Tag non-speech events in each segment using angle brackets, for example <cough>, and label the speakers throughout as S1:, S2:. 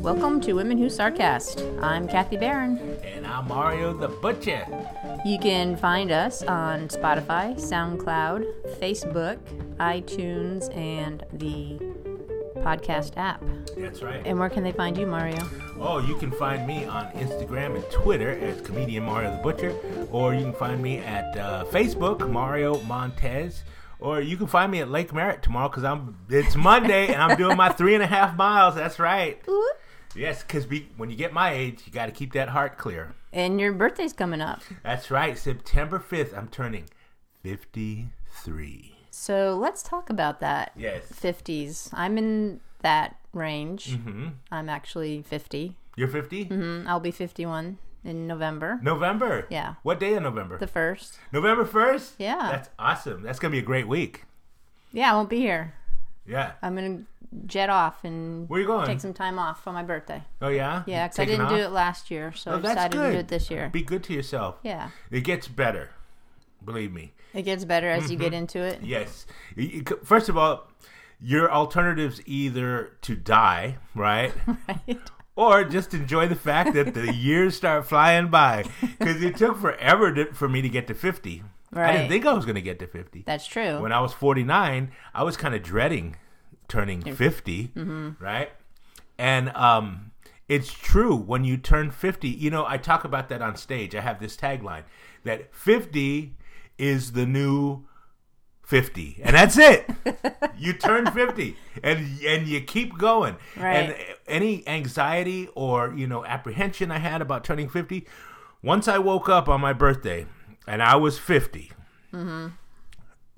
S1: welcome to Women Who Sarcast. I'm Kathy Barron.
S2: And I'm Mario the Butcher.
S1: You can find us on Spotify, SoundCloud, Facebook, iTunes, and the podcast app.
S2: That's right.
S1: And where can they find you, Mario?
S2: Oh, you can find me on Instagram and Twitter as comedian Mario the Butcher, or you can find me at uh, Facebook Mario Montez, or you can find me at Lake Merritt tomorrow because I'm it's Monday and I'm doing my
S1: <laughs>
S2: three and a half miles. That's right. Yes, because when you get my age, you got to keep that heart clear.
S1: And your birthday's coming up.
S2: That's right. September fifth, I'm turning fifty-three.
S1: So let's talk about that.
S2: Yes.
S1: 50s. I'm in that range. I'm actually 50.
S2: You're 50
S1: Mm, I'll be 51 in November,
S2: November.
S1: Yeah.
S2: What day in November?
S1: the 1st.
S2: November first.
S1: Yeah.
S2: That's awesome. That's gonna be a great week.
S1: Yeah, I won't be here.
S2: Yeah.
S1: I'm going to jet off and
S2: Where you going?
S1: take some time off for my birthday.
S2: Oh yeah.
S1: Yeah, because I
S2: Taking
S1: didn't do
S2: off?
S1: it last year, so
S2: Oh,
S1: I
S2: that's
S1: decided to do
S2: good.
S1: it this year.
S2: Be good to yourself.
S1: yeah,
S2: It gets better. Believe me.
S1: it gets better as you
S2: Mm-hmm.
S1: get into it.
S2: Yes. You- you c- First of all, your alternatives either to die, right?
S1: <laughs> Right?
S2: Or just enjoy the fact that
S1: <laughs>
S2: the years start flying by. Because it took forever to, for me to get to 50. I
S1: Right.
S2: didn't think I was going to get to 50.
S1: That's true.
S2: when I was 49, I was kind of dreading turning 50, right? And um, it's true when you turn 50, you know, I talk about that on stage. I have this tagline that 50 is the new 50. And that's it. you turn 50 and and you keep going. And
S1: Right.
S2: any anxiety or, you know, apprehension I had about turning 50, once I woke up on my birthday and I was 50,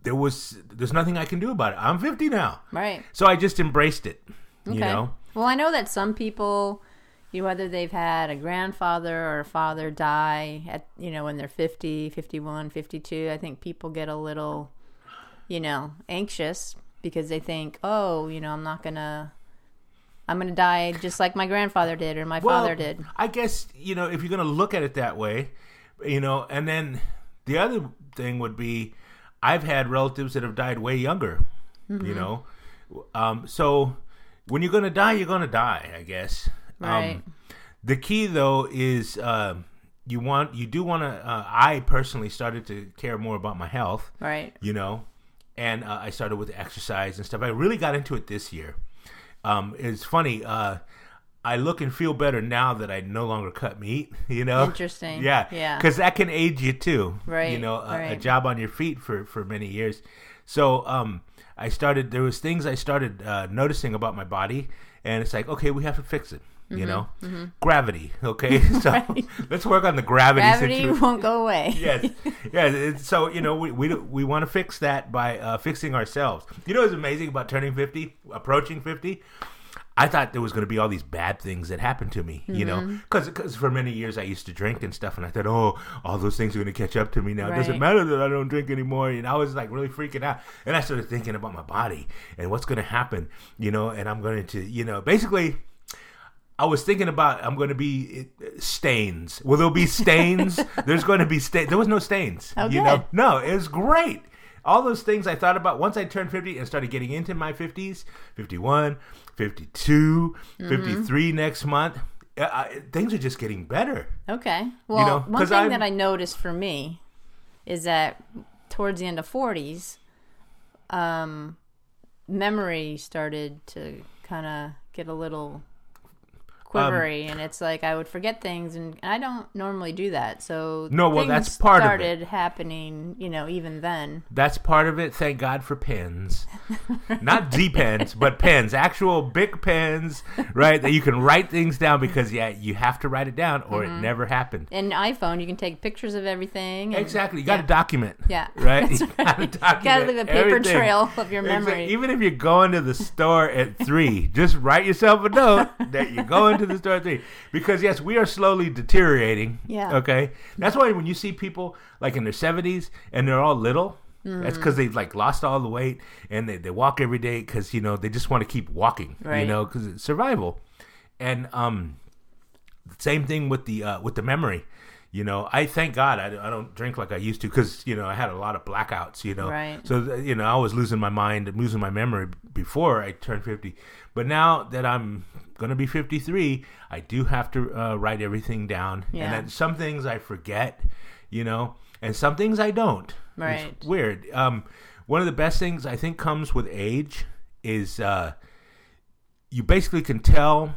S2: there was there's nothing I can do about it. I'm 50 now,
S1: right.
S2: so I just embraced it. You know,
S1: Well, I know that some people, you know, whether they've had a grandfather or a father die at, you know, when they're 50, 51, 52, I think people get a little, you know, anxious because they think, oh, you know, I'm not going to, I'm going to die just like my grandfather did or my father did.
S2: I guess you know if you're gonna look at it that way, you know, and then the other thing would be, I've had relatives that have died way younger.
S1: Mm-hmm.
S2: You know, um, so when you're gonna die, you're gonna die. I guess.
S1: Right.
S2: Um, The key, though, is um you want you do want to. Uh, I personally started to care more about my health.
S1: right.
S2: you know and uh, i started with exercise and stuff i really got into it this year um, it's funny uh, i look and feel better now that i no longer cut meat <laughs> you know
S1: Interesting.
S2: yeah
S1: Yeah.
S2: because that can age you too you
S1: Right,
S2: know a, a
S1: right.
S2: job on your feet for for many years so um i started there was things i started uh, noticing about my body and it's like okay we have to fix it
S1: Mm-hmm,
S2: you know gravity
S1: <laughs>
S2: okay so <laughs> let's work on the gravity,
S1: Gravity
S2: situation
S1: <laughs> won't go away.
S2: <laughs> yes, yes. It's- So you know, we we, do- we want to fix that by uh, fixing ourselves. You know, what's amazing about turning fifty, approaching fifty. I thought there was going to be all these bad things that happened to me, you know, because for many years I used to drink and stuff, and I thought, oh, all those things are going to catch up to me now. It doesn't
S1: Right.
S2: matter that I don't drink anymore, and I was like really freaking out. And I started thinking about my body and what's going to happen, you know, and I'm going to, you know, basically. I was thinking about I'm going to be uh, stains. Will there be stains? There's going to be stains. There was no stains.
S1: Oh,
S2: you
S1: good.
S2: know, no, it was great. All those things I thought about once I turned 50 and started getting into my 50s, 51, 52, 53 next month, uh, I, things are just getting better.
S1: Okay. Well,
S2: know,
S1: one
S2: 'cause
S1: thing
S2: I'm-
S1: that I noticed for me is that towards the end of 40s, um, memory started to kind of get a little quivery,
S2: Um,
S1: and it's like I would forget things, and, and I don't normally do that. So
S2: No, well,
S1: things
S2: that's part of it.
S1: started happening, you know, even then.
S2: That's part of it. Thank God for pens. Not D pens, but pens. Actual big pens, right? That you can write things down because, yeah, you have to write it down or it never happened.
S1: In iPhone, you can take pictures of everything. And,
S2: Exactly. You got to document.
S1: Yeah. <laughs>
S2: Right? You got to
S1: right. Gotta leave a paper trail of your memory.
S2: Even if you're going to the store at three, just write yourself a note that you're going to the store at three. Because, yes, we are slowly deteriorating.
S1: Yeah.
S2: Okay. That's why when you see people like in their 70s and they're all little,
S1: Mm.
S2: that's because they've like lost all the weight and they, they walk every day because, you know, they just want to keep walking, you
S1: Right.
S2: know, because it's survival. And, um, same thing with the uh, with the memory You know, I thank God I, I don't drink like I used to because you know I had a lot of blackouts. You know,
S1: Right.
S2: so th- you know I was losing my mind, and losing my memory b- before I turned fifty. But now that I'm gonna be fifty three, I do have to uh, write everything down,
S1: Yeah.
S2: and then some things I forget. You know, and some things I don't. It's
S1: Right.
S2: weird. Um, one of the best things I think comes with age is uh, you basically can tell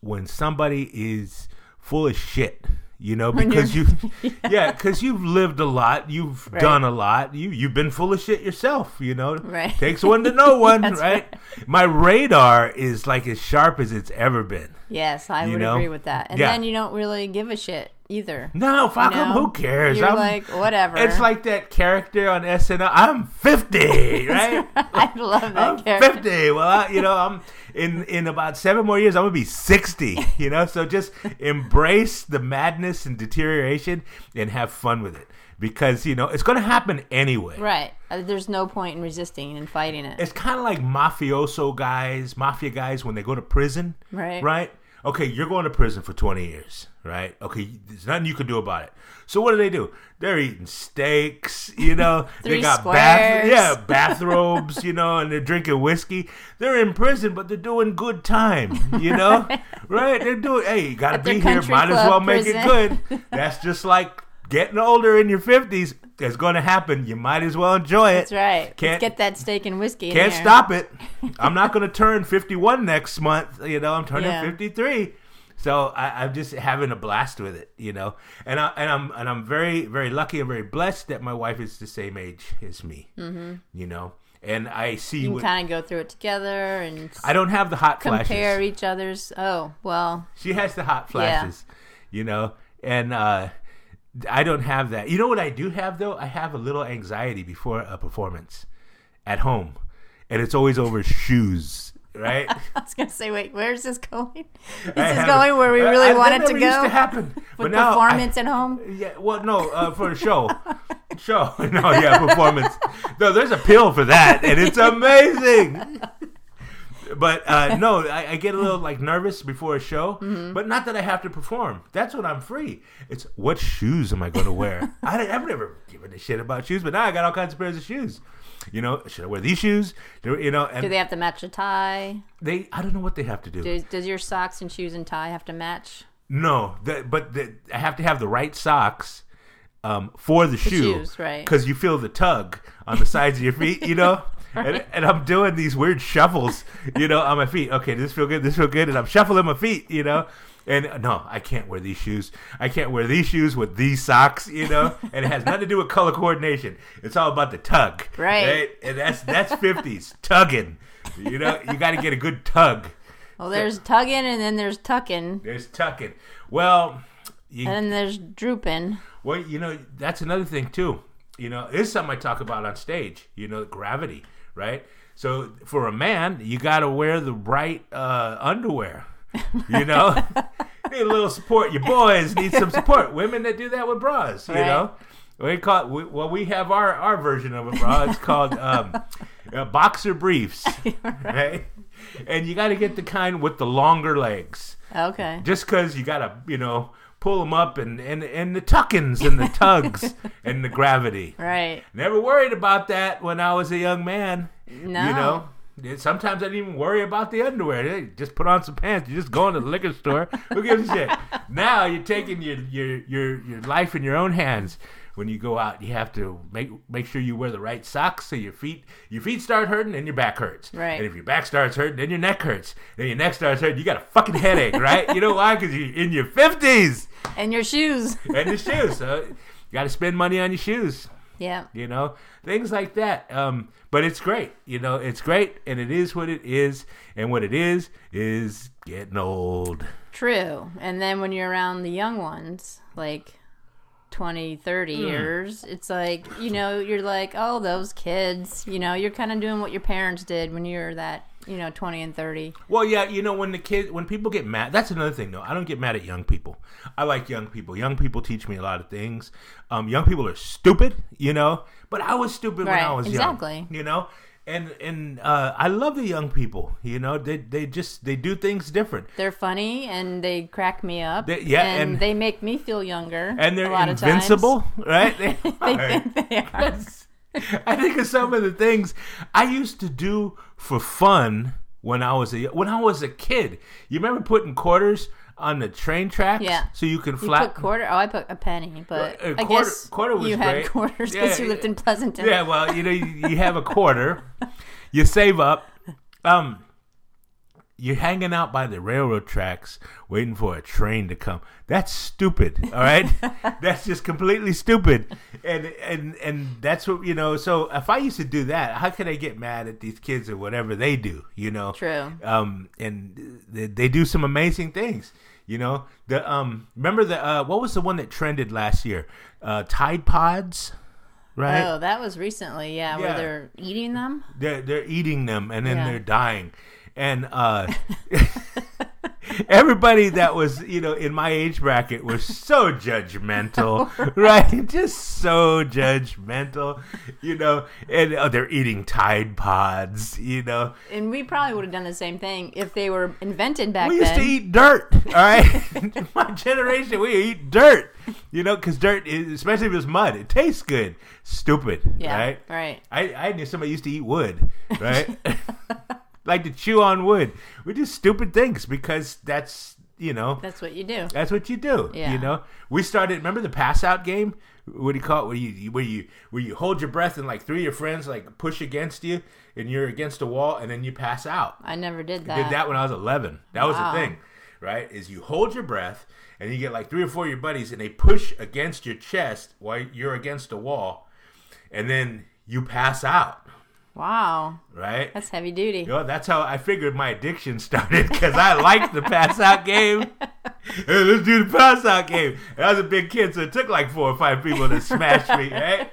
S2: when somebody is full of shit. You know, because you,
S1: <laughs>
S2: yeah, because you've lived a lot, you've
S1: Right.
S2: done a lot, you you've been full of shit yourself. You know,
S1: Right.
S2: takes one
S1: <laughs>
S2: to know one, right?
S1: That's right.
S2: My radar is like as sharp as it's ever been.
S1: Yes, I
S2: You
S1: would
S2: know?
S1: agree with that. And
S2: Yeah.
S1: then you don't really give a shit either.
S2: No, fuck 'em,
S1: No.
S2: Who cares?
S1: You're
S2: I'm-
S1: like whatever.
S2: it's like that character on SNL. I'm fifty, right?
S1: <laughs> I love that <laughs>
S2: I'm
S1: character.
S2: 50. Well, I, you know, I'm in in about seven more years. I'm gonna be 60. You know, so just embrace the madness and deterioration and have fun with it because you know it's gonna happen anyway.
S1: Right. Uh, There's no point in resisting and fighting it.
S2: It's kind of like mafioso guys, mafia guys when they go to prison.
S1: Right.
S2: Right. Okay, you're going to prison for 20 years, right? Okay, there's nothing you can do about it. So what do they do? They're eating steaks,
S1: <laughs>
S2: you know. they
S1: Three
S2: got
S1: squares.
S2: yeah, bathrobes, you know, and they're drinking whiskey. They're in prison, but they're doing good time, you know,
S1: <laughs>
S2: right? They're doing. Hey, you got to
S1: At their
S2: be here.
S1: country
S2: Might as
S1: club
S2: well make
S1: prison. <laughs>
S2: it good. That's just like getting older in your 50s. It's going to happen. You might as well enjoy it.
S1: That's right. Let's
S2: Can't-
S1: get that steak and whiskey. in
S2: Can't
S1: there.
S2: stop it. I'm not going to turn 51 next month. You know, I'm turning
S1: Yeah.
S2: 53. So I, I'm just having a blast with it, you know, and I and I'm and I'm very very lucky and very blessed that my wife is the same age as me, mm-hmm. you know, and I see
S1: You can
S2: what
S1: kind of go through it together and s-
S2: I don't have the hot
S1: compare
S2: flashes.
S1: each other's. Oh well, <laughs>
S2: She has the hot flashes, you know, and uh, I don't have that. You know what I do have though? I have a little anxiety before a performance at home, and it's always over shoes,
S1: <laughs>
S2: right?
S1: I was gonna say, wait, where's this going? <laughs> This
S2: I
S1: is
S2: haven't-
S1: going where we
S2: I-
S1: really
S2: I-
S1: want
S2: that
S1: it to
S2: never
S1: go.
S2: Used to happen,
S1: <laughs> With
S2: but now
S1: performance
S2: I,
S1: at home.
S2: yeah, well, no, uh, for a show, <laughs> show, <laughs> no, yeah, performance. No, there's a pill for that, and it's amazing. But uh, no, I, I get a little like nervous before a show,
S1: Mm-hmm.
S2: but not that I have to perform. That's when I'm free. It's what shoes am I going to wear?
S1: <laughs>
S2: I, I've never given a shit about shoes, but now I got all kinds of pairs of shoes. You know, should I wear these shoes? Do- You know, and
S1: Do
S2: they,
S1: they have to match a tie?
S2: I don't know what they have to do.
S1: Does, does your socks and shoes and tie have to match?
S2: No, the, but the, I have to have the right socks um, for the, shoe,
S1: shoes, right.
S2: Because you feel the tug on the sides of your feet,
S1: <laughs>
S2: you know. And, and I'm doing these weird shuffles, you know, on my feet. Okay, this feel good, this feel good, and I'm shuffling my feet, you know. And uh, no, I can't wear these shoes. I can't wear these shoes with these socks, you
S1: <laughs>
S2: know. And it has nothing to do with color coordination. It's all about the tug,
S1: Right.
S2: And that's that's 50s tugging, you know. You got to get a good tug.
S1: Well, there's tugging and then there's tucking
S2: There's tucking. Well, you
S1: and then there's drooping.
S2: Well, you know, that's another thing too. You know, this is something I talk about on stage. You know, gravity, right? So for a man, you got to wear the right uh, underwear. You know, need a little support. Your boys need some support. Women that do that with bras, you
S1: Right.
S2: know. We call it, we, well, we have our, our version of a bra. It's called um, uh, boxer briefs, right? And you got to get the kind with the longer legs
S1: Okay.
S2: just because you gotta you know pull them up and and and the tuckins and the tugs and the gravity
S1: Right.
S2: never worried about that when i was a young man
S1: No.
S2: you know Sometimes I didn't even worry about the underwear. Hey, just put on some pants. You just go into the liquor store. Who gives a shit? Now you're taking your, your your your life in your own hands. When you go out, you have to make make sure you wear the right socks so your feet your feet start hurting and your back hurts.
S1: Right.
S2: And if your back starts hurting, then your neck hurts. Then your neck starts hurting. You got a fucking headache, right? you know why? Because you're in your fifties
S1: And your shoes. <laughs>
S2: and your shoes. So you got to spend money on your shoes
S1: yeah.
S2: you know things like that um but it's great you know it's great and it is what it is and what it is is getting old
S1: True. And then when you're around the young ones, like 20, 30
S2: Hmm.
S1: years, it's like, you know, you're like, oh, those kids, you know, you're kind of doing what your parents did when you're that, you know, 20 and 30.
S2: well yeah you know when the kid when people get mad that's another thing though i don't get mad at young people i like young people young people teach me a lot of things um young people are stupid you know but i was stupid when i
S1: Right,
S2: was young
S1: exactly.
S2: you know and and uh, I love the young people. You know, they they just they do things different,
S1: They're funny and they crack me up.
S2: They- yeah,
S1: and,
S2: and-
S1: they make me feel younger.
S2: and
S1: a
S2: they're
S1: lot of times.
S2: invincible, <laughs> right? They are.
S1: <laughs> They are.
S2: <laughs> I think of some of the things I used to do for fun when I was a when I was a kid. You remember putting quarters on the train tracks,
S1: Yeah.
S2: so you could
S1: You
S2: flat
S1: put quarter. Oh, I put a penny, but
S2: Uh,
S1: I
S2: quarter-
S1: guess
S2: quarter was
S1: you had
S2: great.
S1: quarters
S2: Yeah,
S1: because you lived in Pleasanton.
S2: Yeah, well, you know, you, you have a quarter, you save up, um, you're hanging out by the railroad tracks waiting for a train to come. That's stupid. All
S1: <laughs>
S2: right, that's just completely stupid, and and and that's what you know. So if I used to do that, how could I get mad at these kids or whatever they do? You know,
S1: True.
S2: um, and they, they do some amazing things. You know, the um, remember the uh, what was the one that trended last year? Uh, Tide Pods, right?
S1: Oh, that was recently. Yeah,
S2: Yeah.
S1: where they're eating them.
S2: They're they're eating them and then
S1: Yeah.
S2: they're dying, and uh, <laughs> everybody that was you know in my age bracket was
S1: <laughs>
S2: so judgmental, right? Just so judgmental, you know. And oh, they're eating Tide Pods, you know.
S1: And we probably would have done the same thing if they were invented back
S2: we used
S1: then.
S2: to eat dirt. All right, <laughs> my generation, we eat dirt. You know, because dirt, is, especially if it's mud, it tastes good. Stupid,
S1: yeah,
S2: right?
S1: right.
S2: I, I knew somebody used to eat wood,
S1: <laughs>
S2: right? <laughs> like to chew on wood. We do stupid things because that's you know
S1: That's what you do.
S2: that's what you do.
S1: Yeah.
S2: You know, we started. Remember the pass out game? What do you call it? Where you you- where you where you hold your breath and like three of your friends like push against you and you're against a wall and then you pass out
S1: I never did that.
S2: did that when I was 11. That was
S1: Wow.
S2: the thing, right? Is you hold your breath and you get like three or four of your buddies and they push against your chest while you're against a wall and then you pass out,
S1: Wow,
S2: right?
S1: that's heavy duty.
S2: You know, that's how I figured my addiction started because I liked the pass out game.
S1: <laughs>
S2: Hey, let's do the pass out game. And I was a big kid, so it took like four or five people to smash me, right?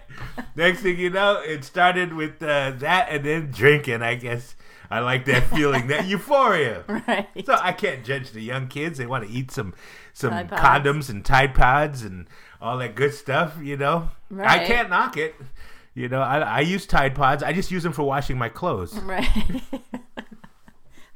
S2: Next thing you know, it started with uh, that and then drinking, I guess. I like that feeling, that euphoria.
S1: <laughs> <laughs> Right.
S2: So I can't judge the young kids. They want to eat some some
S1: Tide Pods.
S2: condoms and Tide Pods and all that good stuff, you know. I
S1: Right.
S2: can't knock it. You know, I, I use Tide Pods. I just use them for washing my clothes.
S1: Right. <laughs>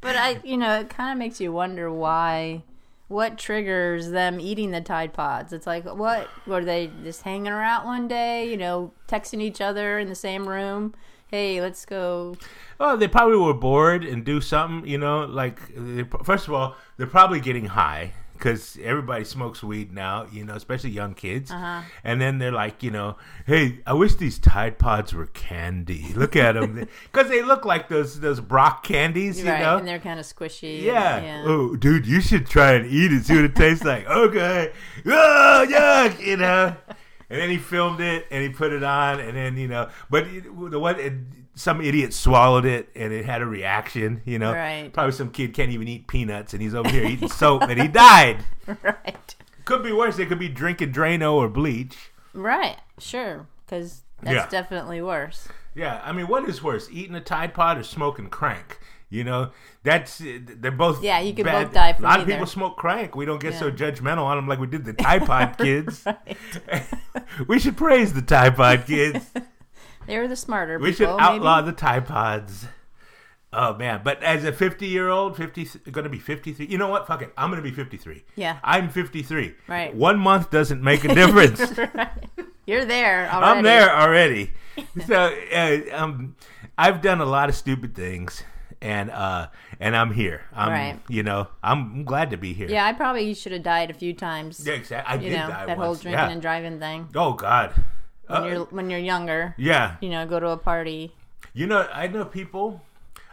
S1: but I, you know, it kind of makes you wonder why, what triggers them eating the Tide Pods. It's like, what were they just hanging around one day? You know, texting each other in the same room. Hey, let's go.
S2: Well, Oh, they probably were bored and do something, you know. Like, they, first of all, they're probably getting high because everybody smokes weed now, you know, especially young kids.
S1: Uh-huh.
S2: And then they're like, you know, hey, I wish these Tide Pods were candy. Look at them, <laughs> because they look like those those Brock candies, you
S1: right,
S2: know.
S1: and they're kind of squishy. and-
S2: Yeah. Oh, dude, you should try and eat it. See what it tastes like. Okay. Oh, yuck. You know. And then he filmed it and he put it on and then you know, but it, the one it, some idiot swallowed it and it had a reaction. You know.
S1: Right.
S2: Probably some kid can't even eat peanuts and he's over here eating soap and he died.
S1: <laughs> Right.
S2: Could be worse. They could be drinking Drano or bleach.
S1: Right. Sure. Because that's
S2: Yeah.
S1: definitely worse. <laughs>
S2: Yeah, I mean, what is worse, eating a Tide Pod or smoking crank? You know, that's they're both.
S1: Yeah, you could
S2: bad.
S1: both die
S2: A
S1: from
S2: lot of
S1: either.
S2: people smoke crank. We don't get so
S1: Yeah.
S2: judgmental on them like we did
S1: <laughs>
S2: the Tide Pod kids.
S1: Right.
S2: we should praise the
S1: <laughs>
S2: Tide Pod kids.
S1: They were the smarter
S2: We should
S1: people. maybe. <laughs>
S2: outlaw the Tide Pods. Oh man! But as a fifty-year-old, fifty going to be fifty-three. You know what? Fuck it. I'm going to be fifty-three.
S1: Yeah.
S2: I'm fifty-three.
S1: Right.
S2: One month doesn't
S1: <laughs>
S2: make a difference.
S1: You're there already.
S2: I'm there already. <laughs> so uh, um, I've done a lot of stupid things, and uh, and I'm here. I'm,
S1: Right.
S2: You know, I'm glad to be here.
S1: Yeah, I probably should have died a few times.
S2: Yeah, exactly. I
S1: you
S2: did
S1: know
S2: die
S1: that
S2: once.
S1: whole drinking
S2: yeah.
S1: and driving thing.
S2: Oh God.
S1: When
S2: Uh,
S1: you're when you're younger,
S2: yeah.
S1: you know, go to a party.
S2: You know, I know people.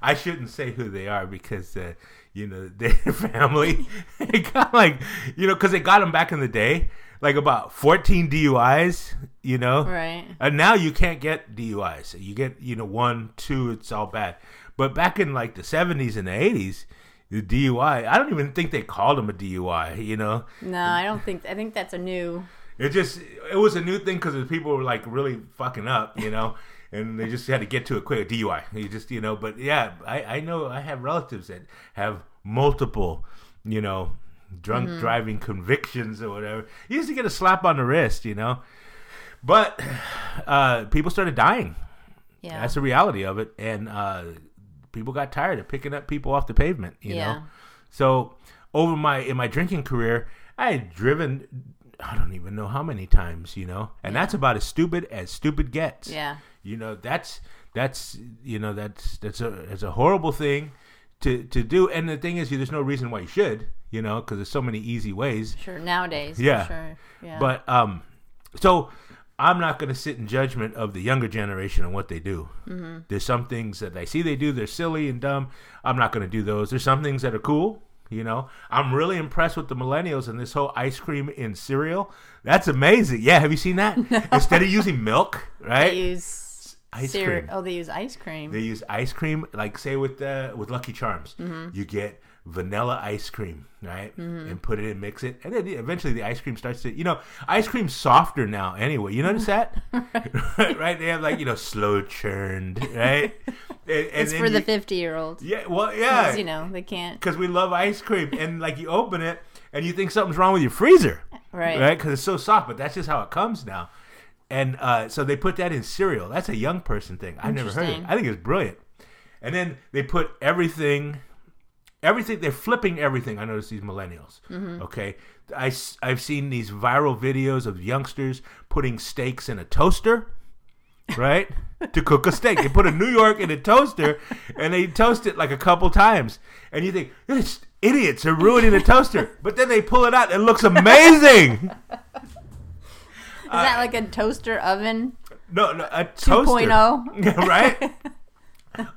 S2: I shouldn't say who they are because uh, you know <laughs> their family. it got like you know because they got them back in the day, like about 14 DUIs. You know,
S1: Right.
S2: And now you can't get DUIs. You get, you know, one, two, it's all bad. But back in like the 70s and the 80s, the DUI, I don't even think they called them a DUI, you know?
S1: No, I don't think. I think that's a new.
S2: It just, it was a new thing because people were like really fucking up, you know? And they just had to get to it quick, DUI. You just, you know, but yeah, I, I know I have relatives that have multiple, you know, drunk driving convictions or whatever. You used to <sighs> get a slap on the wrist, you know? But uh, people started dying
S1: Yeah.
S2: That's the reality of it. And uh, people got tired of picking up people off the pavement, you
S1: Yeah.
S2: know? So over my in my drinking career, I had driven I don't even know how many times, you know. And that's about as stupid as stupid gets.
S1: Yeah.
S2: You know, that's that's you know, that's that's a that's a horrible thing to to do. And the thing is there's no reason why you should, you know, cuz there's so many easy ways.
S1: Sure. Nowadays.
S2: Yeah.
S1: For sure. Yeah.
S2: But um, so I'm not going to sit in judgment of the younger generation and what they do.
S1: Mm-hmm.
S2: There's some things that I see they do; they're silly and dumb. I'm not going to do those. There's some things that are cool. You know, I'm really impressed with the millennials and this whole ice cream in cereal. That's amazing. Yeah, have you
S1: <laughs>
S2: seen that? Instead of using milk, right?
S1: they use
S2: ice
S1: cere-
S2: cream.
S1: Oh, they use ice cream.
S2: They use ice cream, like say with uh, with Lucky Charms,
S1: Mm-hmm.
S2: you get vanilla ice cream, right? And put it in, mix it, and then eventually the ice cream starts to, you know, ice cream's softer now. Anyway, you
S1: <laughs>
S2: notice that, <laughs> right. They have like you know slow churned,
S1: <laughs>
S2: right? And, and
S1: it's
S2: then
S1: for the
S2: you-
S1: fifty-year-old.
S2: yeah, well, yeah,
S1: you know they can't.
S2: because we love ice cream, and like you open it and you think something's wrong with your freezer,
S1: Right.
S2: Right, because it's so soft, but that's just how it comes now. And uh, so they put that in cereal. That's a young person thing. I've never heard of it.
S1: Interesting.
S2: I think it's brilliant. And then they put everything, everything. They're flipping everything. I notice these millennials. Okay, I have seen these viral videos of youngsters putting steaks in a toaster. Right to cook a steak, they put a New York in a toaster, and they toast it like a couple times. And you think this idiots are ruining the toaster, but then they pull it out. It looks amazing.
S1: Is that like a toaster oven? oh?
S2: No, no, a toaster.
S1: 2.0?
S2: Yeah, <laughs> right?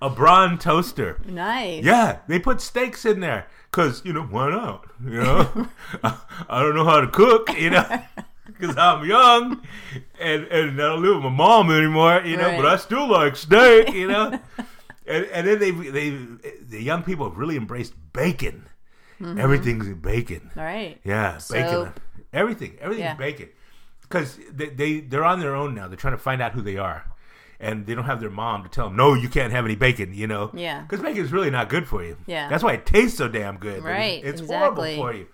S2: a brawn toaster.
S1: Nice. <laughs>
S2: Yeah, they put steaks in there because, you know, why not? You know, <laughs> I, I don't know how to cook, you know, <laughs> because I'm young and, and I don't live with my mom anymore, you know, but
S1: Right.
S2: I still like steak, you know. <laughs> and, and then they, they, the young people have really embraced bacon. Everything's bacon.
S1: All right.
S2: Yeah, bacon.
S1: Mm-hmm. Soap.
S2: Everything, everything's
S1: Yeah.
S2: bacon. Because they, they they're on their own now. They're trying to find out who they are, and they don't have their mom to tell them, no, you can't have any bacon. You know.
S1: Yeah.
S2: Because bacon's really not good for you.
S1: Yeah.
S2: That's why it tastes so damn good. but
S1: Right,
S2: It's, it's
S1: exactly.
S2: horrible for you.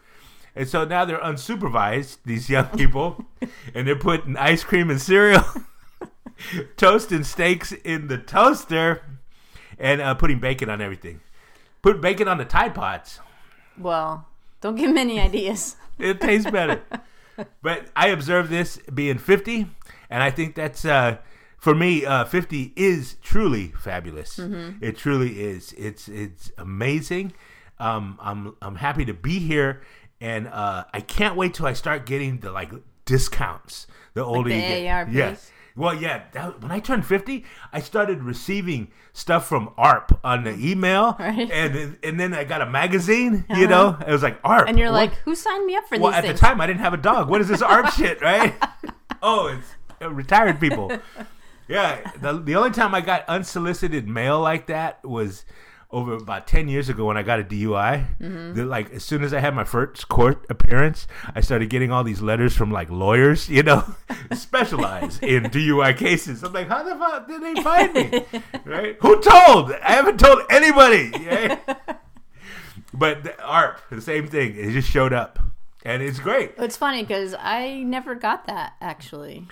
S2: And so now they're unsupervised. These young
S1: <laughs>
S2: people, and they're putting ice cream and cereal, <laughs> toasting steaks in the toaster, and uh, putting bacon on everything. Put bacon on the Tide Pods.
S1: Well, don't give him any ideas.
S2: It tastes
S1: <laughs>
S2: better. but I observed this being 50, and I think that's uh, for me. Uh, 50 is truly fabulous.
S1: Mm-hmm.
S2: It truly is. It's it's amazing. Um, I'm I'm happy to be here, and uh, I can't wait till I start getting the like discounts. The older
S1: the
S2: you get,
S1: AARPs?
S2: yes. Well, yeah. That, when I turned fifty, I started receiving stuff from ARP on the email,
S1: Mm. <laughs> Right. Uh-huh.
S2: and and then I got a magazine. You know, it was like ARP,
S1: And you're
S2: what-
S1: like, who signed me up for
S2: well,
S1: these
S2: at
S1: things?
S2: the time, I didn't have a dog. What is this ARP shit, right? Oh, it's uh, retired people. Yeah, the, the only time I got unsolicited mail like that was over about 10 years ago when I got a DUI. The- like, as soon as I had my first court appearance, I started getting all these letters from, like, lawyers, you know, <laughs> specialize in DUI cases. I'm like, how the fuck did they find me? Right? Who told? I haven't told anybody. Yeah. But the ARP, the same thing. It just showed up. And it's great.
S1: It's funny because I never got that actually.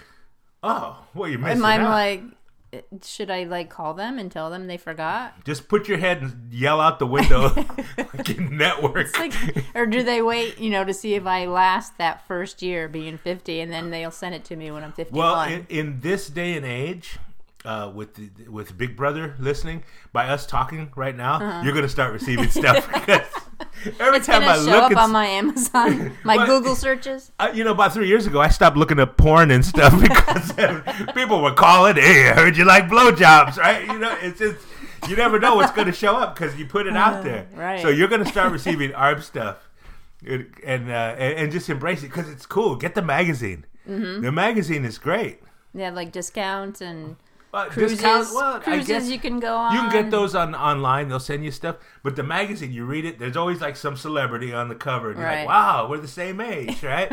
S2: Oh, well, you're missing
S1: And I'm
S2: out.
S1: like, "Eh, should I like call them and tell them they forgot?
S2: just put your head and yell out the window
S1: <laughs>
S2: like in network.
S1: It's like, <laughs> or do they wait, you know, to see if I last that first year being 50 and then they'll send it to me when I'm 51?
S2: well, in, in this day and age, uh, with the, with Big Brother listening, by us talking right now, you're gonna start
S1: <laughs>
S2: receiving stuff. <laughs> 'Cause every
S1: Uh-huh. it's
S2: time
S1: gonna
S2: I
S1: show
S2: look
S1: up
S2: at,
S1: on my
S2: <laughs>
S1: Amazon, my
S2: Well,
S1: Google searches.
S2: uh, you know, about three years ago, I stopped looking at porn and stuff <laughs> because people were calling. Hey, I heard you like blowjobs, right? You know, it's just you never know what's going to show up because you put it out there.
S1: Uh-huh, right.
S2: So you're going to start receiving ARB stuff, and and, uh, and and just embrace it because it's cool. Get the magazine.
S1: Mm-hmm.
S2: The magazine is great.
S1: They have like discounts and
S2: Uh,
S1: cruises.
S2: discount- well, I
S1: cruises
S2: guess-
S1: you can go on.
S2: you can get those on online. They'll send you stuff. But the magazine, you read it. There's always like some celebrity on the cover, and you're
S1: Right.
S2: like, "Wow, we're the same age,
S1: <laughs>
S2: right?"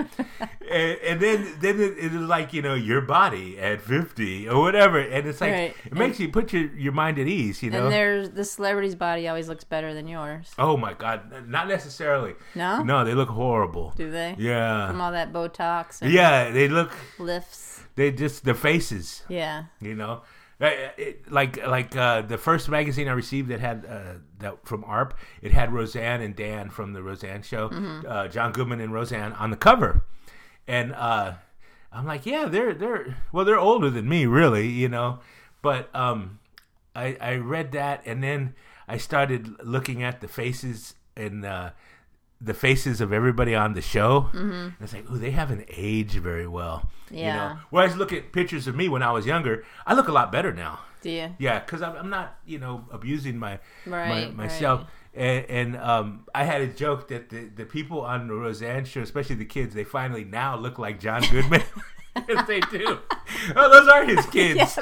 S2: and, and then then it, it is like you know your body at 50 or whatever, and it's like
S1: Right.
S2: it makes you put your, your mind at ease, you know.
S1: And there's the celebrity's body always looks better than yours.
S2: oh my God, not necessarily.
S1: No?
S2: no, they look horrible.
S1: Do they? From
S2: Yeah,
S1: all that Botox and
S2: yeah, they look.
S1: lifts.
S2: They just their faces,
S1: Yeah.
S2: you know. I- it- like like uh, the first magazine I received that had uh, that from ARP, it had Roseanne and Dan from the Roseanne Show, uh, John Goodman and Roseanne on the cover, and uh, I'm like, yeah, they're they're well, they're older than me, really, you know, but um, I I read that and then I started looking at the faces and. Uh, the faces of everybody on the show. And it's like, oh, they haven't aged very well. You
S1: Yeah.
S2: know? Whereas look at pictures of me when I was younger, I look a lot better now.
S1: Do you?
S2: Yeah, because I'm, I'm not, you know, abusing my, my
S1: Right,
S2: myself. And, and um, I had a joke that the, the people on the Roseanne show, especially the kids, they finally now look like John Goodman. <laughs> yes,
S1: <laughs>
S2: they do. Oh, those are his kids.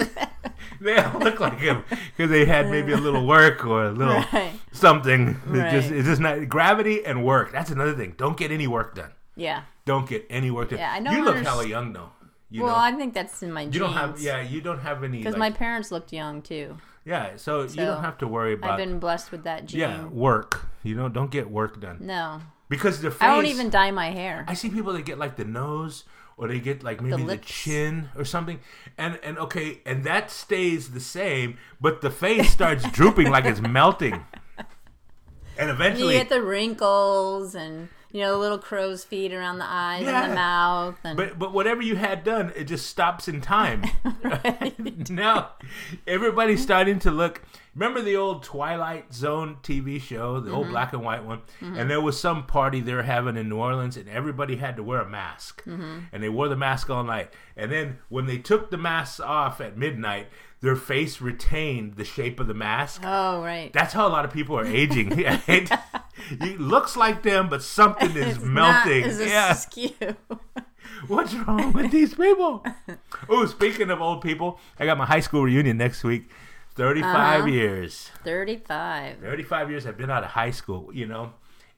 S2: They all look like him because they had maybe a little work or a little
S1: Right.
S2: something. It just
S1: Right.
S2: it's just not gravity and work. That's another thing. Don't get any work done.
S1: Yeah.
S2: Don't get any work done.
S1: Yeah, I don't
S2: You look
S1: underst-
S2: hella young though. You
S1: well,
S2: know.
S1: I think that's in my
S2: you don't have yeah. You don't have any.
S1: Because
S2: Like,
S1: my parents looked young too.
S2: yeah, so,
S1: So,
S2: you don't have to worry
S1: I've
S2: about
S1: been blessed with that gene.
S2: yeah work. You know, don't get work done
S1: No,
S2: because the face.
S1: I don't even dye my hair.
S2: I see people that get like the nose or they get like maybe the,
S1: lips.
S2: chin or something. And and okay, and that stays the same, but the face
S1: <laughs>
S2: starts drooping like it's melting. And
S1: you
S2: eventually
S1: get the wrinkles and you know little crow's feet around the eyes and
S2: Yeah.
S1: the mouth and
S2: but <laughs> but whatever you had done, it just stops in time. <laughs> now everybody's starting to look. Remember the old Twilight Zone TV show, the
S1: Mm-hmm.
S2: old black and white one, and there was some party they were having in New Orleans, and everybody had to wear a mask,
S1: Mm-hmm.
S2: and they wore the mask all night. And then when they took the masks off at midnight, their face retained the shape of the mask.
S1: <laughs> oh right,
S2: That's how a lot of people are aging. <laughs>
S1: <laughs>
S2: It, it looks like them, but something is melting.
S1: Not, is a
S2: yeah.
S1: skew. <laughs>
S2: What's wrong with these <laughs> people? oh, speaking of old people, I got my high school reunion next week. 35
S1: Uh-huh.
S2: years.
S1: Thirty-five.
S2: 35 years I've been out of high school, you know.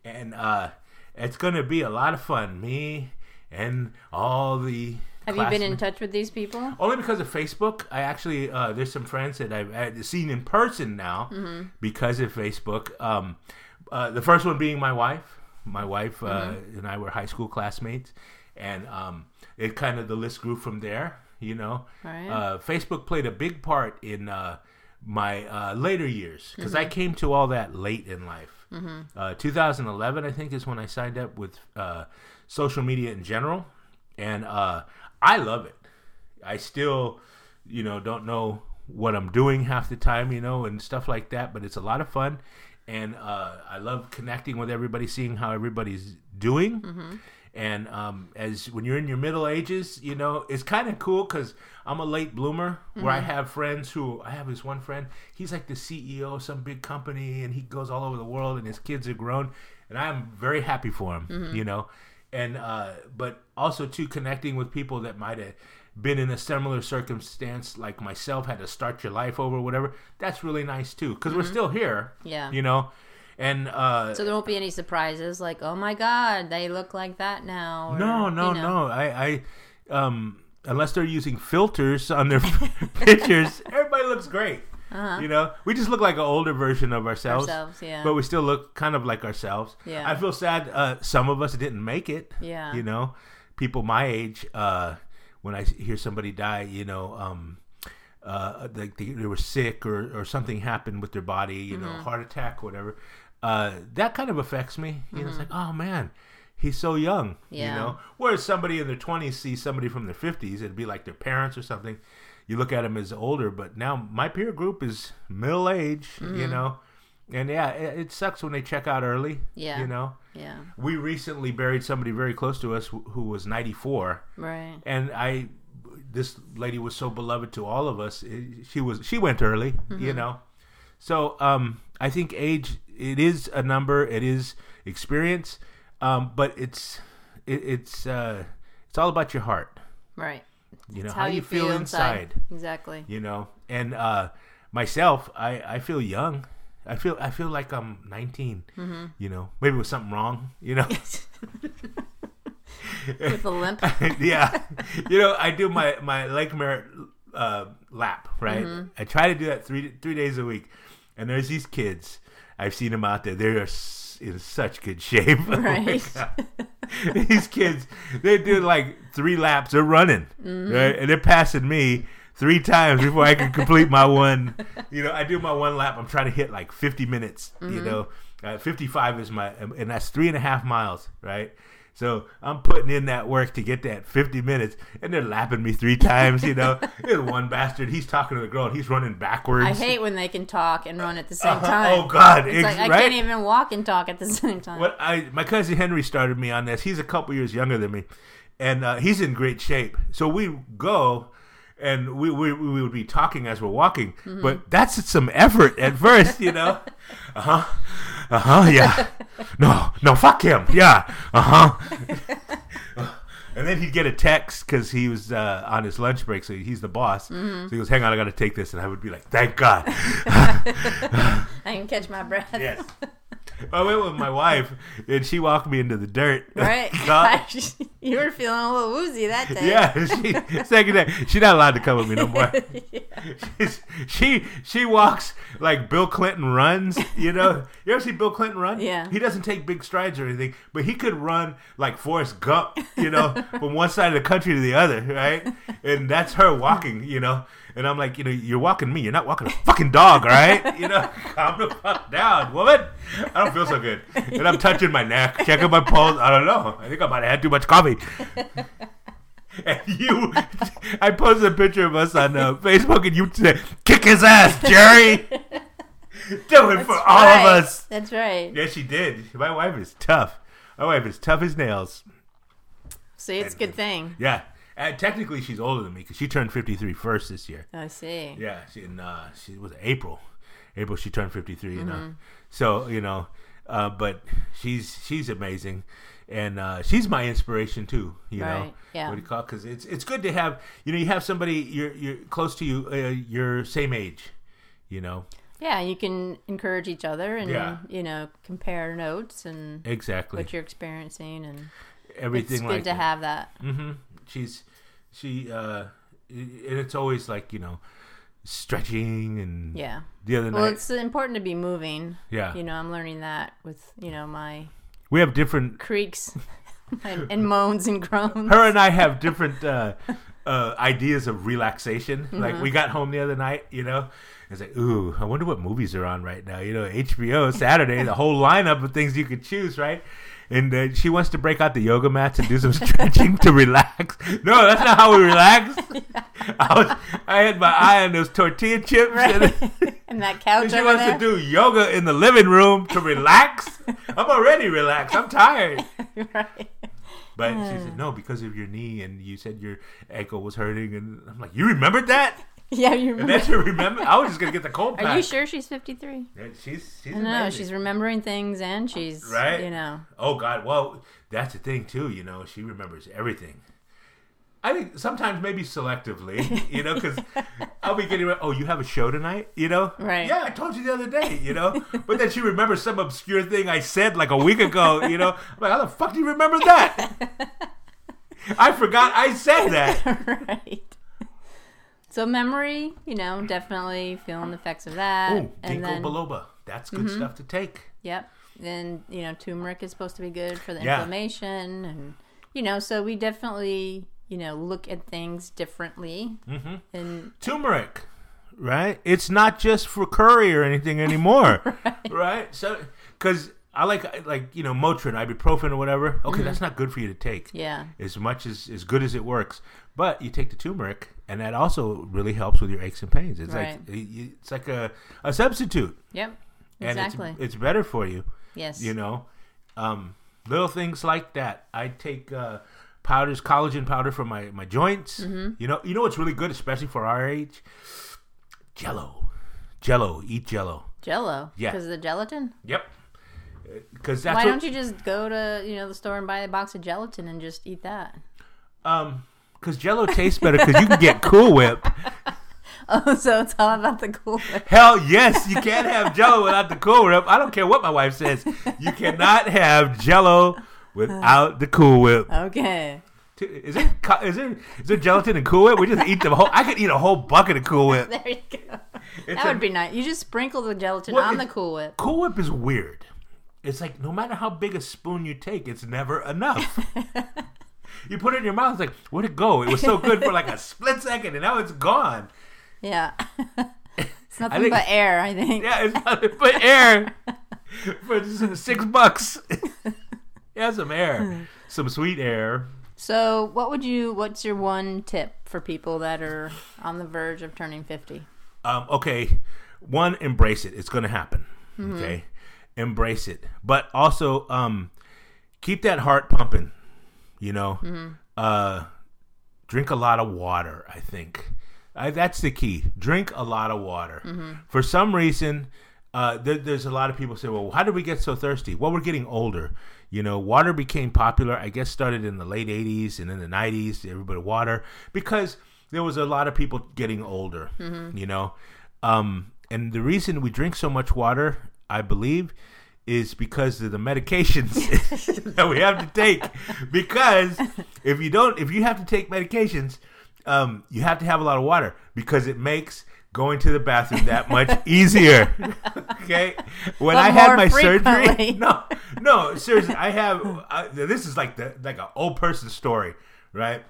S2: And uh it's going to be a lot of fun. Me and all the
S1: Have you been in
S2: classmates.
S1: touch with these people?
S2: Only because of Facebook. I actually uh, there's some friends that I've had seen in person now because of Facebook. Um, uh, the first one being my wife. My wife uh, and I were high school classmates, and um, it kind of the list grew from there. You know,
S1: Right.
S2: uh, Facebook played a big part in uh, my uh, later years because I came to all that late in life. Uh, 2011, I think, is when I signed up with uh, social media in general, and uh, I love it. I still, you know, don't know what I'm doing half the time, you know, and stuff like that. But it's a lot of fun, and uh, I love connecting with everybody, seeing how everybody's doing. And um, as when you're in your middle ages, you know, it's kind of cool because I'm a late bloomer. Where I have friends who I have this one friend. He's like the CEO of some big company, and he goes all over the world, and his kids are grown, and I'm very happy for him. You know, and uh, but also too connecting with people that might have been in a similar circumstance like myself had to start your life over whatever that's really nice too because we're still here
S1: Mm-hmm. Yeah.
S2: you know and uh
S1: So there won't be any surprises like, oh my god, they look like that now. or,
S2: no no
S1: you know.
S2: no i i um unless they're using filters on their <laughs> pictures everybody looks great you know we just look like an older version of ourselves,
S1: Uh-huh. Ourselves, yeah.
S2: but we still look kind of like ourselves
S1: Yeah.
S2: i feel sad uh some of us didn't make it
S1: Yeah.
S2: you know people my age uh when i hear somebody die you know um uh, like they, they were sick or, or something happened with their body, you know,
S1: Mm-hmm.
S2: heart attack, whatever. Uh, that kind of affects me. You know, it's like, oh man, he's so young.
S1: Mm-hmm. Yeah.
S2: You know, whereas somebody in their twenties sees somebody from their fifties, it'd be like their parents or something. You look at them as older, but now my peer group is middle age. You
S1: Mm.
S2: know, and yeah, it, it sucks when they check out early.
S1: Yeah.
S2: You know,
S1: Yeah.
S2: we recently buried somebody very close to us who, who was ninety four
S1: Right.
S2: and I, this lady was so beloved to all of us. It- She was she went early,
S1: Mm-hmm.
S2: you know. So um, I think age it is a number, it is experience, um, but it's it, it's uh, it's all about your heart.
S1: Right.
S2: You know
S1: It's how, you feel, inside. Exactly.
S2: You know, and uh, myself, I I feel young. I feel I feel like I'm 19.
S1: Mm-hmm.
S2: You know, maybe with something wrong. You know.
S1: With a limp.
S2: <laughs> yeah, you know, I do my my Lake Merritt uh, lap, right? I try to do that three three days a week, and there's these kids. I've seen them out there. They are s- in such good shape. <laughs> Oh my
S1: Right.
S2: <laughs> God.
S1: Mm-hmm.
S2: these kids, they do like three laps. They're running, right? and they're passing me three times before I can complete my one. You know, I do my one lap. I'm trying to hit like 50 minutes.
S1: Mm-hmm.
S2: You know, uh, 55 is my, um, and that's three and a half miles, right? So I'm putting in that work to get that 50 minutes, and they're lapping me three times.
S1: <laughs>
S2: You know, there's one bastard. He's talking to the girl. And he's running backwards.
S1: I
S2: <laughs>
S1: hate when they can talk and run at the same
S2: Uh-huh.
S1: time.
S2: <laughs> Oh, God.
S1: It's like
S2: Ex-
S1: I
S2: right?
S1: can't even walk and talk at the same time.
S2: What I my cousin Henry started me on this. He's a couple years younger than me, and uh, he's in great shape. So we go, and we we, we would be talking as we're walking, but that's some effort at first, you know. uh huh. Uh huh. Yeah. No. No. Fuck him. Yeah. Uh huh. And then he'd get a text because he was uh, on his lunch break, so he's the boss. So he goes, "Hang on, I got to take this," and I would be like, "Thank God."
S1: <laughs>
S2: <laughs>
S1: I can catch my breath.
S2: Yes. I went with my wife, and she walked me into the dirt. <laughs>
S1: Right? <laughs>
S2: God.
S1: you were feeling a little woozy that day. <laughs>
S2: Yeah, she, second day, she's not allowed to come with me no more. She's, <laughs> she she walks like Bill Clinton runs. You know, you ever see Bill Clinton run?
S1: Yeah.
S2: He doesn't take big strides or anything, but he could run like Forrest Gump. You know, from one side of the country to the other, right? And that's her walking. You know, and I'm like, you know, you're walking me. You're not walking a fucking dog, all right? You know, <laughs> calm the fuck down, woman. I don't feel so good, and I'm touching my neck, checking my pulse. I don't know. I think I might have had too much coffee. And you, <laughs> I posted a picture of us on uh, Facebook, and you said, "Kick his ass,
S1: <laughs>
S2: Jerry." <laughs> Do it for all
S1: Right.
S2: of us.
S1: That's right.
S2: Yes, she did. My wife is tough. My wife is tough as nails.
S1: See, it's a good thing.
S2: Yeah, and technically she's older than me because she turned 53 first this year.
S1: I see.
S2: Yeah, she in uh, she was April. April she turned 53. You
S1: Mm-hmm.
S2: know, so you know, uh, but she's she's amazing, and uh, she's my inspiration too. You know,
S1: Right, yeah.
S2: What do you call? Because it's it's good to have you know you have somebody you're you're close to you uh, you're same age, you know.
S1: Yeah, you can encourage each other and,
S2: Yeah.
S1: you know, compare notes and
S2: Exactly.
S1: what you're experiencing. And
S2: Everything
S1: it's good
S2: like
S1: to have that.
S2: hmm She's she uh, and it's always like you know stretching and
S1: Yeah.
S2: The other
S1: Well,
S2: night,
S1: it's important to be moving.
S2: yeah,
S1: You know, I'm learning that with, you know, my
S2: we have different <laughs>
S1: creaks and, and moans and groans.
S2: her and I have different uh, uh, ideas of relaxation. Like we got home the other night, you know. It's like, ooh, I wonder what movies are on right now. You know, HBO Saturday, the whole lineup of things you could choose, right? And uh, she wants to break out the yoga mats and do some stretching to relax. No, that's not how we relax. I was, I had my eye on those tortilla chips. And,
S1: and that couch
S2: she
S1: over
S2: wants
S1: there.
S2: to do yoga in the living room to relax. I'm already relaxed. I'm tired.
S1: <laughs> right.
S2: But she said, no, because of your knee, and you said your ankle was hurting. And I'm like, you remembered that?
S1: Yeah, you
S2: And
S1: remember.
S2: that's your remember? I was just going to get the cold pack.
S1: <laughs> Are you sure she's 53?
S2: Yeah, She's, she's
S1: No, no,
S2: amazing.
S1: she's remembering things and she's,
S2: Right?
S1: you know, <laughs>
S2: Oh, God. Well, that's the thing, too. You know, she remembers everything. I think sometimes
S1: <laughs>
S2: maybe selectively, you know, because I'll be getting, oh, you have a show tonight, you know?
S1: Right.
S2: Yeah, I told you the other day, you know? But then she remembers some obscure thing I said like a week ago, you know? I'm like, how the fuck do you remember that?
S1: <laughs>
S2: I forgot I said that.
S1: right. So memory, you know, definitely feeling the effects of that.
S2: Oh,
S1: and
S2: ginkgo
S1: then, Mm-hmm.
S2: biloba. That's good stuff to take.
S1: yep. Then, you know, turmeric is supposed to be good for the
S2: Yeah.
S1: inflammation and you know, so we definitely, you know, look at things differently. Mm-hmm. And
S2: Turmeric, right? It's not just for curry or
S1: <laughs>
S2: anything anymore, right. So, because I like like you know Motrin, ibuprofen, or whatever. Okay, that's not good for you to take.
S1: Mm-hmm. yeah.
S2: As much as as good as it works, but you take the turmeric, and that also really helps with your aches and pains. It's
S1: Right.
S2: like it's like a a substitute,
S1: Yep.
S2: and
S1: Exactly.
S2: it's, it's better for you.
S1: yes.
S2: you know um, little things like that i take uh, powders collagen powder for my, my joints
S1: Mm-hmm.
S2: you know you know what's really good especially for our age jello jello eat jello
S1: Jello.
S2: Yeah.
S1: Because of the gelatin.
S2: yep because Uh, that's
S1: Why
S2: what,
S1: don't you just go to, you know, the store and buy a box of gelatin and just eat that? <laughs>
S2: um because jello tastes better because you can get
S1: <laughs>
S2: cool whip
S1: Oh, so it's all about the cool.
S2: hell yes you can't have jello without the cool whip i don't care what my wife says you cannot have jello without the cool whip
S1: Okay. <laughs>
S2: T- Is there co- is there is there gelatin and Cool Whip? We just eat the whole. I could eat a whole bucket of Cool Whip.
S1: There you go.
S2: It's
S1: that
S2: a-
S1: would be nice. You just sprinkle the gelatin
S2: Well,
S1: on the
S2: it-
S1: Cool Whip.
S2: cool Whip
S1: <laughs>
S2: is weird. It's like no matter how big a spoon you take, it's never enough. you put it in your mouth. It's like, where'd it go? It was so good for like a split second, and now it's gone.
S1: Yeah. <laughs> it's nothing
S2: think-
S1: but air, I think.
S2: Yeah, it's nothing but air for six bucks. <laughs> yeah, some air, some sweet air.
S1: So, what would you what's your one tip for people that are on the verge of turning 50?
S2: Um, okay, one, embrace it. It's going to happen. Okay, embrace it, but also um, keep that heart pumping. You know, uh, drink a lot of water. I think I, that's the key. Drink a lot of water. For some reason, uh, there, there's a lot of people say, "Well, how did we get so thirsty?" Well, we're getting older. You know, water became popular. I guess started in the late '80s and in the '90s. Everybody water because there was a lot of people getting older. You know, um, and the reason we drink so much water, I believe, is because of the medications <laughs> that we have to take. Because if you don't, if you have to take medications, um, you have to have a lot of water because it makes going to the bathroom
S1: <laughs>
S2: that much easier. okay, when
S1: But
S2: I had
S1: more
S2: my surgery,
S1: frequently.
S2: <laughs> no, no, seriously, I have. I, this is like the like an old person story, right?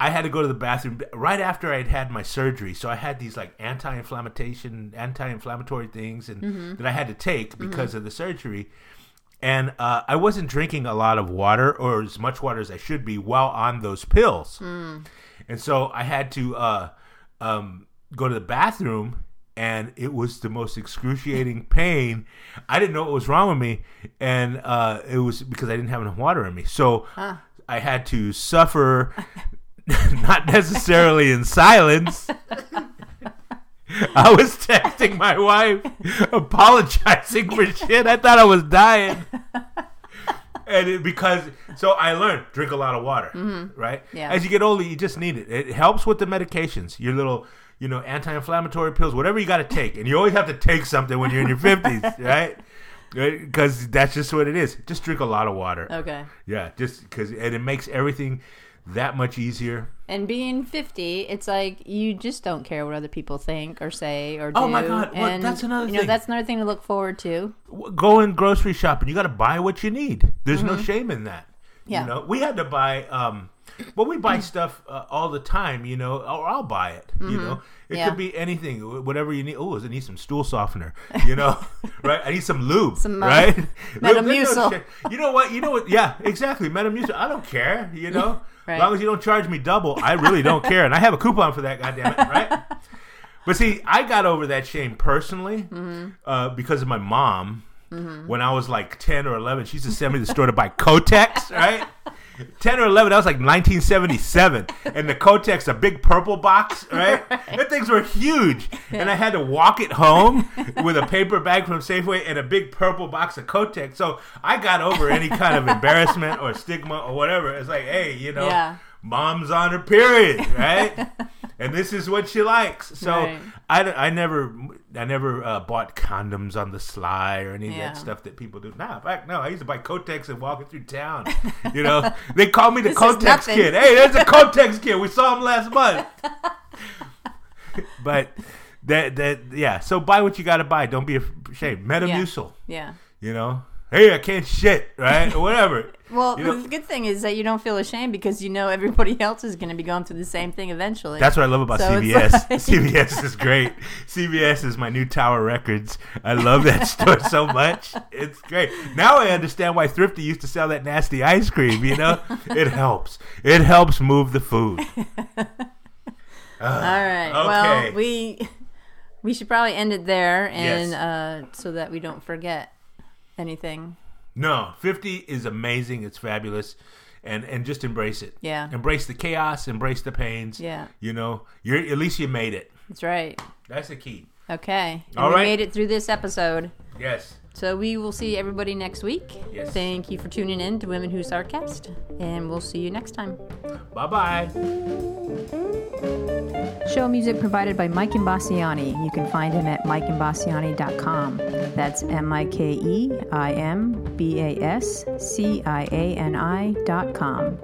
S2: I had to go to the bathroom right after I'd had my surgery, so I had these like anti-inflammation, anti-inflammatory things, and
S1: Mm-hmm.
S2: that I had to take because of the surgery. And uh, I wasn't drinking a lot of water or as much water as I should be while on those pills, and so I had to uh, um, go to the bathroom, and it was the most excruciating pain. I didn't know what was wrong with me, and uh, it was because I didn't have enough water in me. So I had to suffer, <laughs> not necessarily in silence. I was texting my wife, apologizing for shit. I thought I was dying. And it, because, so I learned drink a lot of water, right?
S1: Yeah.
S2: As you get older, you just need it. It helps with the medications, your little, you know, anti inflammatory pills, whatever you got to take. And you always have to take something when you're in your 50s, right? Because that's just what it is. Just drink a lot of water.
S1: Okay.
S2: Yeah, just because, and it makes everything that much easier.
S1: And being 50, it's like you just don't care what other people think or say or do.
S2: Oh my God, well,
S1: and,
S2: that's another
S1: you know,
S2: thing.
S1: that's another thing to look forward to.
S2: going grocery shopping, you got to buy what you need. There's no shame in that.
S1: Mm-hmm. Yeah.
S2: You know, we had to buy, um, well,
S1: <clears throat>
S2: we buy stuff uh, all the time, you know, or I'll buy it, you know. It
S1: Mm-hmm. Yeah.
S2: could be anything, wh- whatever you need. Oh, I need some stool softener,
S1: <laughs>
S2: you know, <laughs> right? I need some lube,
S1: Some, uh, <laughs>
S2: right? Look, there's
S1: Metamucil.
S2: shame. you know what? You know what? Yeah, exactly. Metamucil. I don't care, you know.
S1: <laughs> Right.
S2: As long as you don't charge me double, I really don't care. And I have a coupon for that, goddamn
S1: <laughs>
S2: it, right? But see, I got over that shame personally
S1: Mm-hmm.
S2: uh, because of my mom. When I was like 10 or 11, she used to send me to the store to buy Kotex, right? <laughs> 10 or 11, that was like 1977. And the Kotex, a big purple box,
S1: <laughs>
S2: right? That things were huge. And I had to walk it home
S1: <laughs>
S2: with a paper bag from Safeway and a big purple box of Kotex. So I got over any kind of embarrassment or stigma or whatever. It's like, hey, you know,
S1: Yeah.
S2: mom's on her period, right? and this is what she likes. So
S1: Right.
S2: I, d- I never I never uh, bought condoms on the sly or any of
S1: Yeah.
S2: that stuff that people do. Nah, back no, I used to buy Kotex and walking through town. <laughs> You know, they call me the
S1: This is
S2: Kotex
S1: nothing.
S2: kid. Hey, there's a Kotex kid. We saw him
S1: <laughs>
S2: last month. but that that yeah. So buy what you got to buy. Don't be ashamed. Metamucil.
S1: Yeah.
S2: You know. Hey, I can't shit. Right or whatever.
S1: Well,
S2: You know-
S1: the good thing is that you don't feel ashamed because you know everybody <laughs> else is going to be going through the same thing eventually.
S2: That's what I love about
S1: So it's
S2: CBS. <laughs>
S1: like-
S2: CBS is great. CBS is my new Tower Records. I love that <laughs> store so much. It's great. Now I understand why Thrifty used to sell that nasty ice cream,
S1: <laughs>
S2: you know? It helps. It helps move the food. Uh,
S1: all right.
S2: okay.
S1: Well, we <laughs> we should probably end it there, and
S2: Yes.
S1: uh, so that we don't forget anything.
S2: No, 50 is amazing. It's fabulous. And and just embrace it.
S1: Yeah.
S2: Embrace the chaos, embrace the pains.
S1: Yeah.
S2: You know, you're at least you made it.
S1: That's right.
S2: That's the key.
S1: Okay. And
S2: All
S1: we
S2: right.
S1: made it through this episode.
S2: Yes.
S1: So we will see everybody next week.
S2: Yes.
S1: Thank you for tuning in to Women Who Sarcast, and we'll see you next time.
S2: Bye-bye.
S1: Show music provided by Mike Imbassiani. You can find him at mikeimbassiani.com. That's M I K E I M B A S C I A N I dot com.